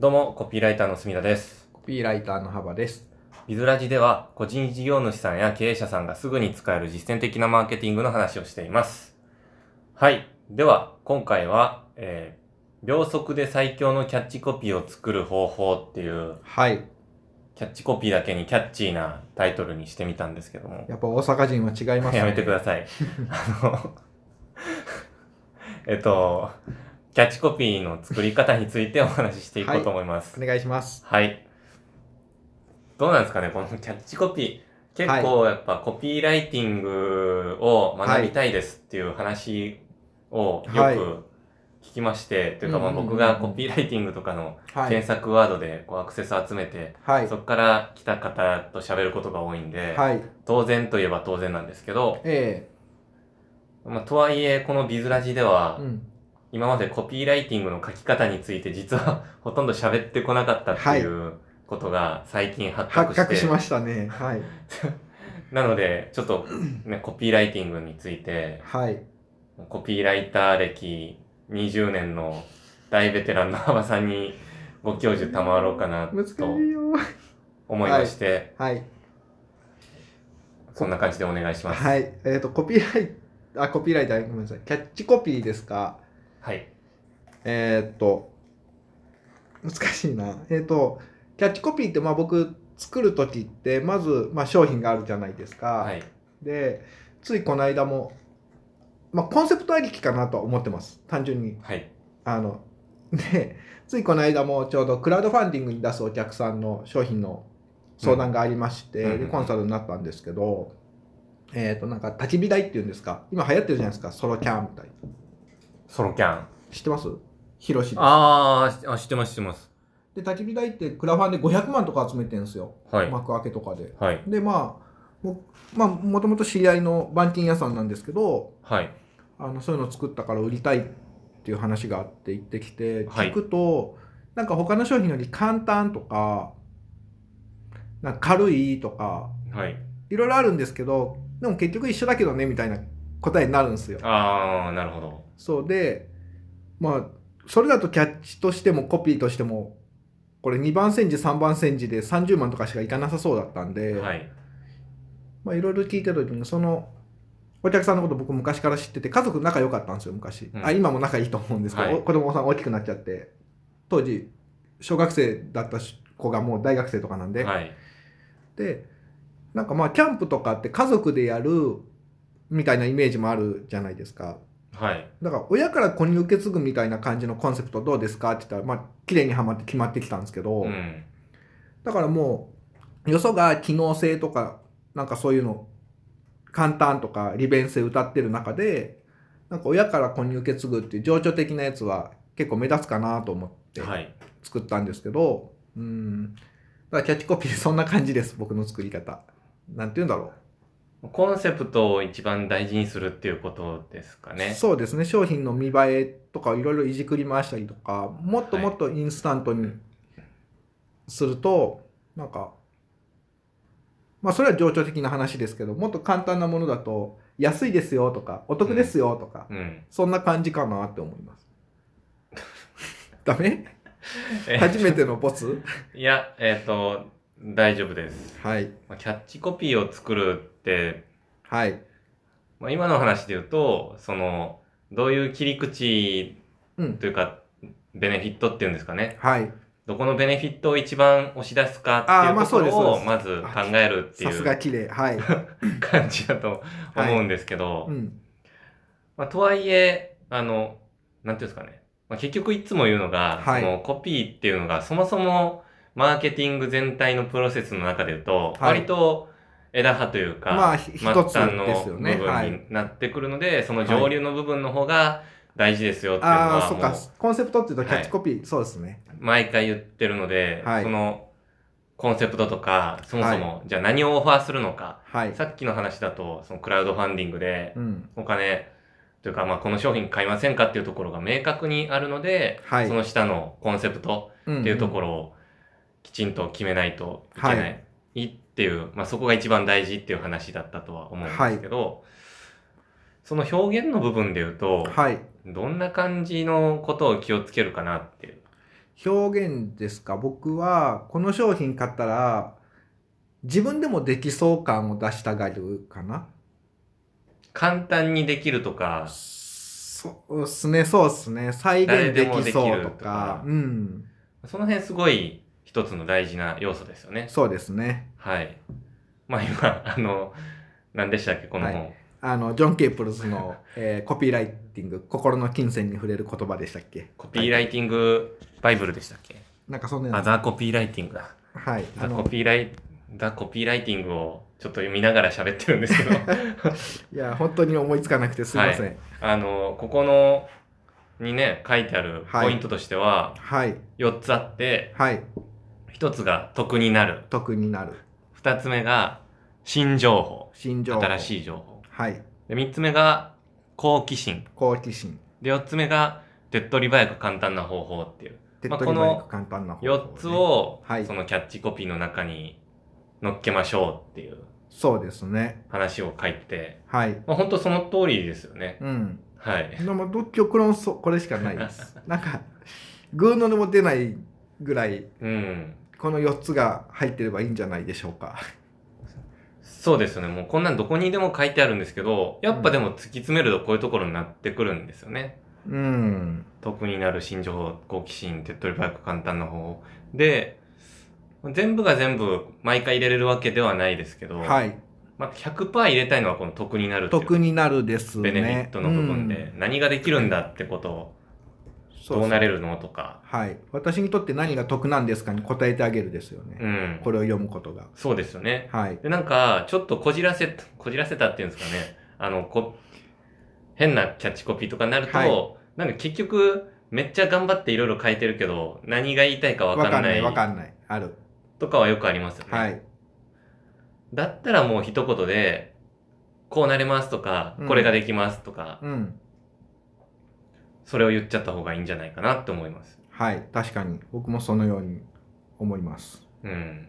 どうも、コピーライターの隅田です。コピーライターの幅です。ビズラジでは、個人事業主さんや経営者さんがすぐに使える実践的なマーケティングの話をしています。はい。では、今回は、えー、秒速で最強のキャッチコピーを作る方法っていう、はい。キャッチコピーだけにキャッチーなタイトルにしてみたんですけども。やっぱ大阪人は違いますね。やめてください。あの、えっと、キャッチコピーの作り方についてお話ししていこうと思います。お願いします。はい。どうなんですかね、このキャッチコピー。結構やっぱコピーライティングを学びたいですっていう話をよはいく聞きまして、というかまあうんうんうんうん僕がコピーライティングとかのは検い。索ワードでこうアクセス集めて、はいそ。こから来た方と喋ることが多いんで、はい。当然といえば当然なんですけど、えまあ、とはいえこのビズラジでえはうん。今までコピーライティングの書き方について実は ほとんど喋ってこなかったっていうことが最近発覚発して、覚しましたね。はい。 なのでちょっと、ね、コピーライティングについてはい。コピーライター歴20年の大ベテランの幅さんにご教授賜ろうかなと難しいよ。思いまして、はい。そんな感じでお願いします。はい。えっ、と、コピーライあ、コピーライター、ごめんなさい。キャッチコピーですかはい。えっ、と、難しいな。えっ、と、キャッチコピーって、まあ僕、作るときって、まず、まあ商品があるじゃないですか。はい。でついこの間も、まあ、コンセプトありきかなとは思ってます単純にはい。あのでついこの間もちょうどクラウドファンディングに出すお客さんの商品の相談がありまして、うんうんでコンサルになったんですけど、えっ、となんか焚き火台っていうんですか今流行ってるじゃないですかソロキャンみたいなソロキャン。知ってますヒロシですあーあ、知ってます、知ってます。で焚き火台ってクラファンで500万とか集めてるんですよ、はい。幕開けとかではい。でまあも,、まあ、もともと知り合いの板金屋さんなんですけどはい。あのそういうの作ったから売りたいっていう話があって行ってきてはい聞くと、なんか他の商品より簡単とかなんか軽いとかはい。いろいろあるんですけどでも結局一緒だけどねみたいな答えになるんですよ。ああ、なるほど。そうでまあそれだとキャッチとしてもコピーとしてもこれ2番煎じ3番煎じで30万とかしかいかなさそうだったんで、はい。まあいろいろ聞いてた時にそのお客さんのこと僕昔から知ってて家族仲良かったんですよ昔、うんあ今も仲いいと思うんですけど、はいお子供さん大きくなっちゃって当時小学生だった子がもう大学生とかなんで、はい。でなんかまあキャンプとかって家族でやるみたいなイメージもあるじゃないですかはい。だから親から子に受け継ぐみたいな感じのコンセプトどうですかって言ったらまあ綺麗にはまって決まってきたんですけど、うん。だからもうよそが機能性とかなんかそういうの簡単とか利便性歌ってる中でなんか親から子に受け継ぐっていう情緒的なやつは結構目立つかなと思ってはい。作ったんですけど、うんだからキャッチコピーそんな感じです僕の作り方なんて言うんだろコンセプトを一番大事にするっていうことですかう、ね。そうですね商品の見栄えとかいろいろいじくり回したりとかもっともっとインスタントにすると、なんかまあそれは情緒的な話ですけどもっと簡単なものだと安いですよとかお得ですよとか、うん。そんな感じかなって思 いますダメえ 初めてのボスいや、えっ、と、大丈夫です。はいまあキャッチコピーを作るって、はいまあ、今の話で言うと、その、どういう切り口うんというか、ベネフィットっていうんですかね。はいどこのベネフィットを一番押し出すかってあーいうまあとこそうですろそうをですまず考えるってさいすがう綺麗はい、感じだと思うんですけど、うん、まあ、とはいえ、あの、なんていうんですかね。まあ、結局いつも言うのが、はいそのコピーっていうのが、そもそもマーケティング全体のプロセスの中で言うと、はい割と枝葉というか、まあひ末一つ端のです部よねは分いになってくるので、その上流の部分の方が大事ですよっていうのああは、そっもかうコンセプトっていうとキャッチコピー、そうですね毎回言ってるので、はいそのコンセプトとか、そもそも、じゃあ何をオファーするのか、はいさっきの話だと、そのクラウドファンディングで、うんお金というか、まあ、この商品買いませんかっていうところが明確にあるので、はいその下のコンセプトっっていうところ、ろをきちんと決めないといけない、、はいっていう、まあ、そこが一番大事っていう話だったとは思うんですけど、その表現の部分で言うと、はいどんな感じのことを気をつけるかなっていう。表現ですか僕はこの商品買ったら自分でもできそう感を出したがるかな簡単にできるとか、そうっすねそうっすね再現誰でできそうもできとるとかかうんその辺すごい一つの大事な要素ですよね。そうですねはい。まあ今、あの、何でしたっけ、この本。あのジョン・ケープル ズの、えーコピーライティング「心の金銭に触れる言葉」でしたっけコピーライティングバイブルでしたっけ、なんかそんなあ、ザ・コピーライティングだ。はいあザ・コのピーライ、ザ・コピーライティングをちょっと見ながら喋ってるんですけ ど、いや本当に思いつかなくてすいませんあの、ここの、にね、書いてあるはいポイントとしては、はい4つあって、はい1つが得になる。得になる2つ目が新情報。新情報新いしい情報。はいで3つ目が好奇心。好奇心で、4つ目が手っ取り早く簡単な方法っていう。手っまあ取り早く簡単な方法ね、 4つを、はいそのキャッチコピーの中に乗っけましょうっていうそうですね話を書いて、はいまあ、本当その通りですよね。 うんはい。でもど極論そうこれしかないです なんかグーの音も出ないぐらいうん。この4つが入ってればいいんじゃないでしょうかそうですよね。もうこんなんどこにでも書いてあるんですけど、やっぱでも突き詰めるとこういうところになってくるんですよね。うん得になる新情報、好奇心、手っ取り早く簡単な方法。で、全部が全部毎回入れれるわけではないですけど、はいまあ、100%入れたいのはこの得になるっていう得になるですねベネフィットの部分うでん何ができるんだってことをそどうなるれるのとかはい私にとって何が得なんですかに答えてあげるですよね、うんこれを読むことがそうですよねはいでなんかちょっとこじらせたこじらせたっていうんですかねあのこ変なキャッチコピーとかになると、はいなんか結局めっちゃ頑張っていろいろ書いてるけど何が言いたいか分かんないわかんないあるとかはよくありますよね、はいだったらもう一言でこうなれますとか、うんこれができますとかうんそれを言っちゃった方がいいんじゃないかなって思いますはい確かに僕もそのように思いますうん。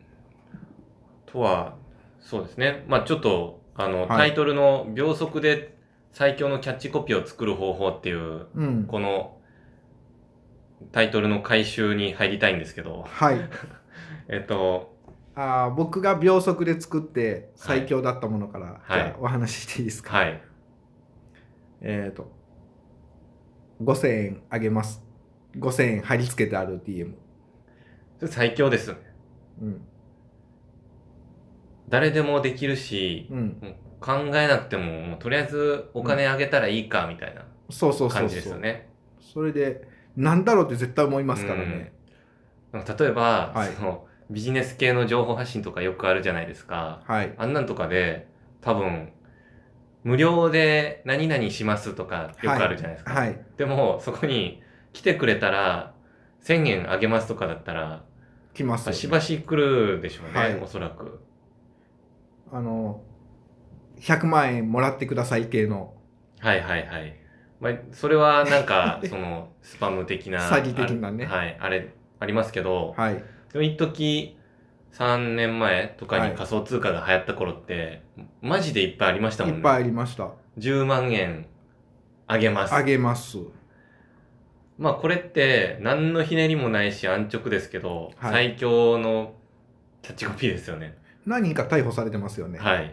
とは、そうですね。まあちょっと、あの、いタイトルの秒速で最強のキャッチコピーを作る方法っていう、うんこのタイトルの回収に入りたいんですけど、はいえっと、あー僕が秒速で作って最強だったものから、はいじゃあお話ししていいですか、はい。えっ、と5000円あげます5000円貼り付けてある DM、それ最強です。うん誰でもできるし、うん、もう考えなくても、もうとりあえずお金あげたらいいか、みたいなそうそうそうそう感じですよね。それでなんだろうって絶対思いますからね、なんか例えば、はいその、ビジネス系の情報発信とかよくあるじゃないですか。はいあんなんとかで、多分、無料で何々しますとかよくあるじゃないですか。はいでも、そこに来てくれたら、1000円あげますとかだったら、来ますよねしばし来るでしょうね、はいおそらく。あの100万円もらってください系のはいはいはい。まあ、それはなん か、その、スパム的な。詐欺的なねあれはい、あれ、ありますけど、はいでも一時3年前とかに仮想通貨が流行った頃って、マジでいっぱいありましたもんいね。っぱいありました10万円あげます。あげますまあこれって何のひねりもないし安直ですけど、はい最強のキャッチコピーですよね。何人か逮捕されてますよね、 はい。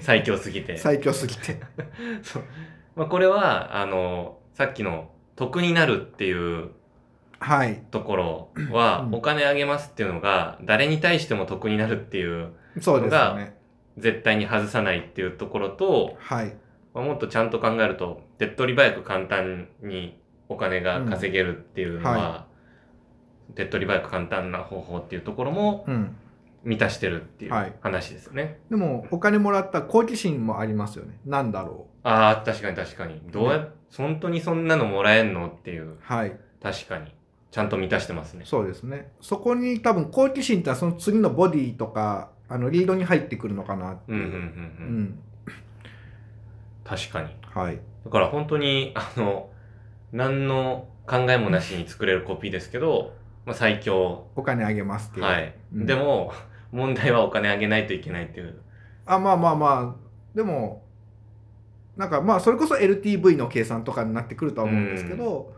最強すぎて。最強すぎてそうまあこれは、あの、さっきの得になるっていうはいところは、うんお金あげますっていうのが、誰に対しても得になるっていう、そうですよね絶対に外さないっていうところと、はいまあ、もっとちゃんと考えると、手っ取り早く簡単にお金が稼げるっていうのは、うんは手っ取り早く簡単な方法っていうところもうん満たしてるっていうはい話ですよね。でもお金もらった好奇心もありますよねなんだろああ、確かに確かに。どうや、本当にそんなのもらえんのっていうう、はい確かに。ちゃんと満たしてますね。そうですねそこに多分好奇心ってのはその次のボディとかあのリードに入ってくるのかなってうんいうんうんうう、うんん。確かに。はいだから本当に、あの、何の考えもなしに作れるコピーですけど、まあ最強。お金あげますっていう、はい。うんでも、問題はお金あげないといけないっていう。あまあまあまあでもなんかまあそれこそ LTV の計算とかになってくるとは思うんですけど、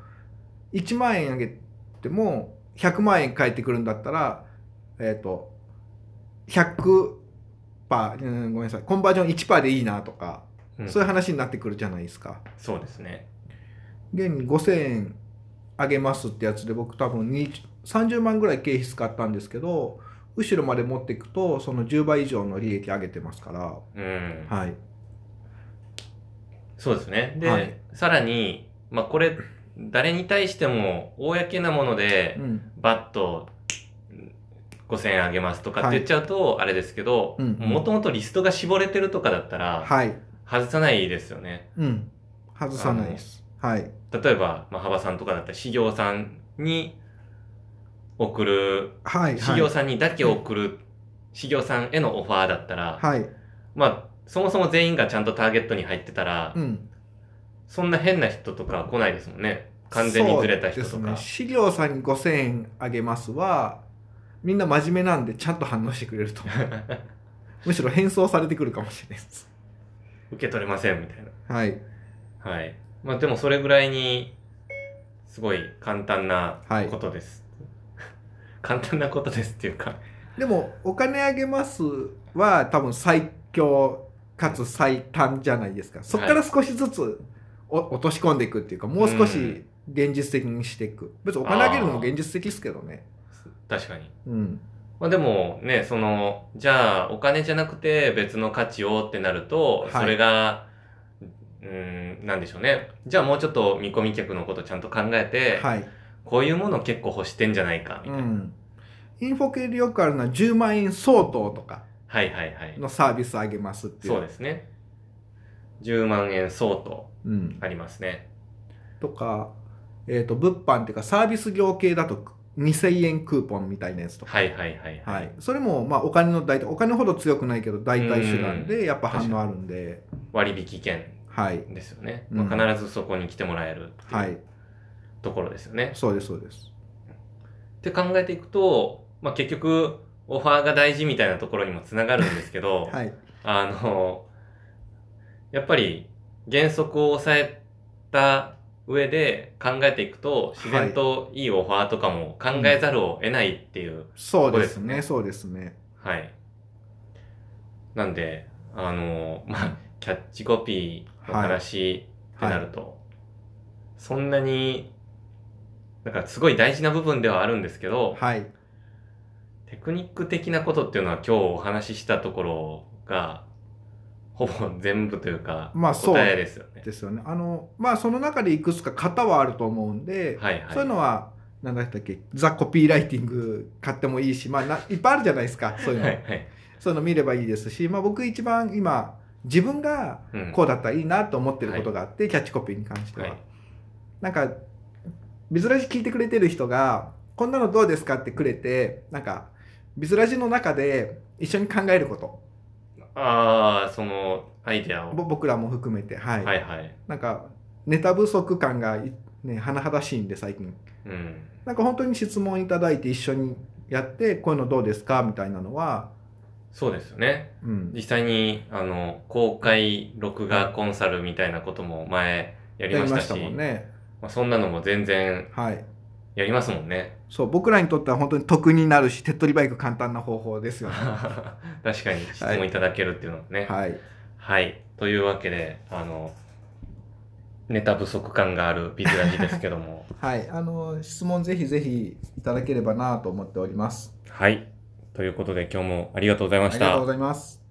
1万円あげても100万円返ってくるんだったら、えっ、と、100%パー、うん、ごめんなさい、コンバージョン1%パーでいいなとか、うんそういう話になってくるじゃないですか。そうですね。現に5000円あげますってやつで僕多分20 30万ぐらい経費使ったんですけど後ろまで持っていくとその10倍以上の利益上げてますからうん。はいそうですね。で、はいさらに、まあこれ、誰に対しても、公なものでう、んバッと5000円あげますとかって言っちゃうと、あれですけど、うんもともとリストが絞れてるとかだったら、はい外さないですよね。うん外さないですはい例えば、まあ、幅さんとかだったら、修行さんに送る、はい修はい行さんにだけ送る、修行さんへのオファーだったら、はいまあ、そもそも全員がちゃんとターゲットに入ってたら、うんそんな変な人とか来ないですもんね。完全にずれた人そとうか。ですね資料さんに5000円あげますはみんな真面目なんでちゃんと反応してくれ ると思うむしろ返送されてくるかもしれないです受け取れませんみたいな。はいはい。まあでもそれぐらいに、すごい簡単なはいことです。 簡単なことですっていうか。でも「お金あげます」は多分最強かつ最短じゃないですかそこから少しずつお落とし込んでいくっていうかもう少し現実的にしていく別にお金あげるのも現実的ですけどね確かに。うんまあでもね、その、じゃあお金じゃなくて別の価値をってなると、はいそれが、うーん、なんでしょうね。じゃあもうちょっと見込み客のことちゃんと考えて、はいこういうもの結構欲してんじゃないか、みうたいな。んインフォ系でよくあるのは10万円相当とかはいはいはい。のサービスあげますっていうそうですね。10万円相当うん、ありますね。とか、えー、と物販っていうかサービス業系だと2000円クーポンみたいなやつとかはいはいはいはい。はい、それもまあお金の代替お金ほど強くないけど代替手段でやっぱ反応あるんで、割引券はい、ですよね。うんまあ、必ずそこに来てもらえるってはいうい、ところですよね。っそうですそうです。て考えていくと、まあ、結局、オファーが大事みたいなところにもつながるんですけ ど、はい、あの、やっぱり原則を抑えた上で考えていくと、自然といいオファーとかも考えざるを得ないっていう、そこうですこですね、ねそうですね。はい。なんで、あの、まあ、キャッチコピーの話ってなると、そんなに、なんかすごい大事な部分ではあるんですけど、はい、テクニック的なことっていうのは今日お話ししたところが、ほぼ全部というか、まあそう答えですよね。ですよね。あのまあその中でいくつか型はあると思うんで、はいはい。そういうのは何だったっけ、ザコピーライティング買ってもいいし、まあないっぱいあるじゃないで すか、そういうの、はいはい。そういうの見ればいいですし、まあ僕一番今自分がうんこうだったらいいなと思ってることがあって、キャッチコピーに関しては。はいなんかビズラジ聞いてくれてる人が「こんなのどうですか?」ってくれてなんかビズラジの中で一緒に考えることああ、そのアイデアを。ぼ僕らも含めてはい、はいはい。なんかネタ不足感がいね甚だしいんで最近うん。なんか本当に質問いただいて一緒にやってこういうのどうですかみたいなのはそうですよね。うん実際にあの公開録画コンサルみたいなことも前やりやまりしたまししたもんねまあ、そんなのも全然はいやりますもん ねそう僕らにとっては本当に得になるし手っ取り早く簡単な方法ですよね確かに質問いただけるっていうのもねはい、はいというわけであのネタ不足感があるビズラジですけど もはいあの質問ぜひぜひいただければなと思っておりますはいということで今日もありがとうございまあしりがとうたございます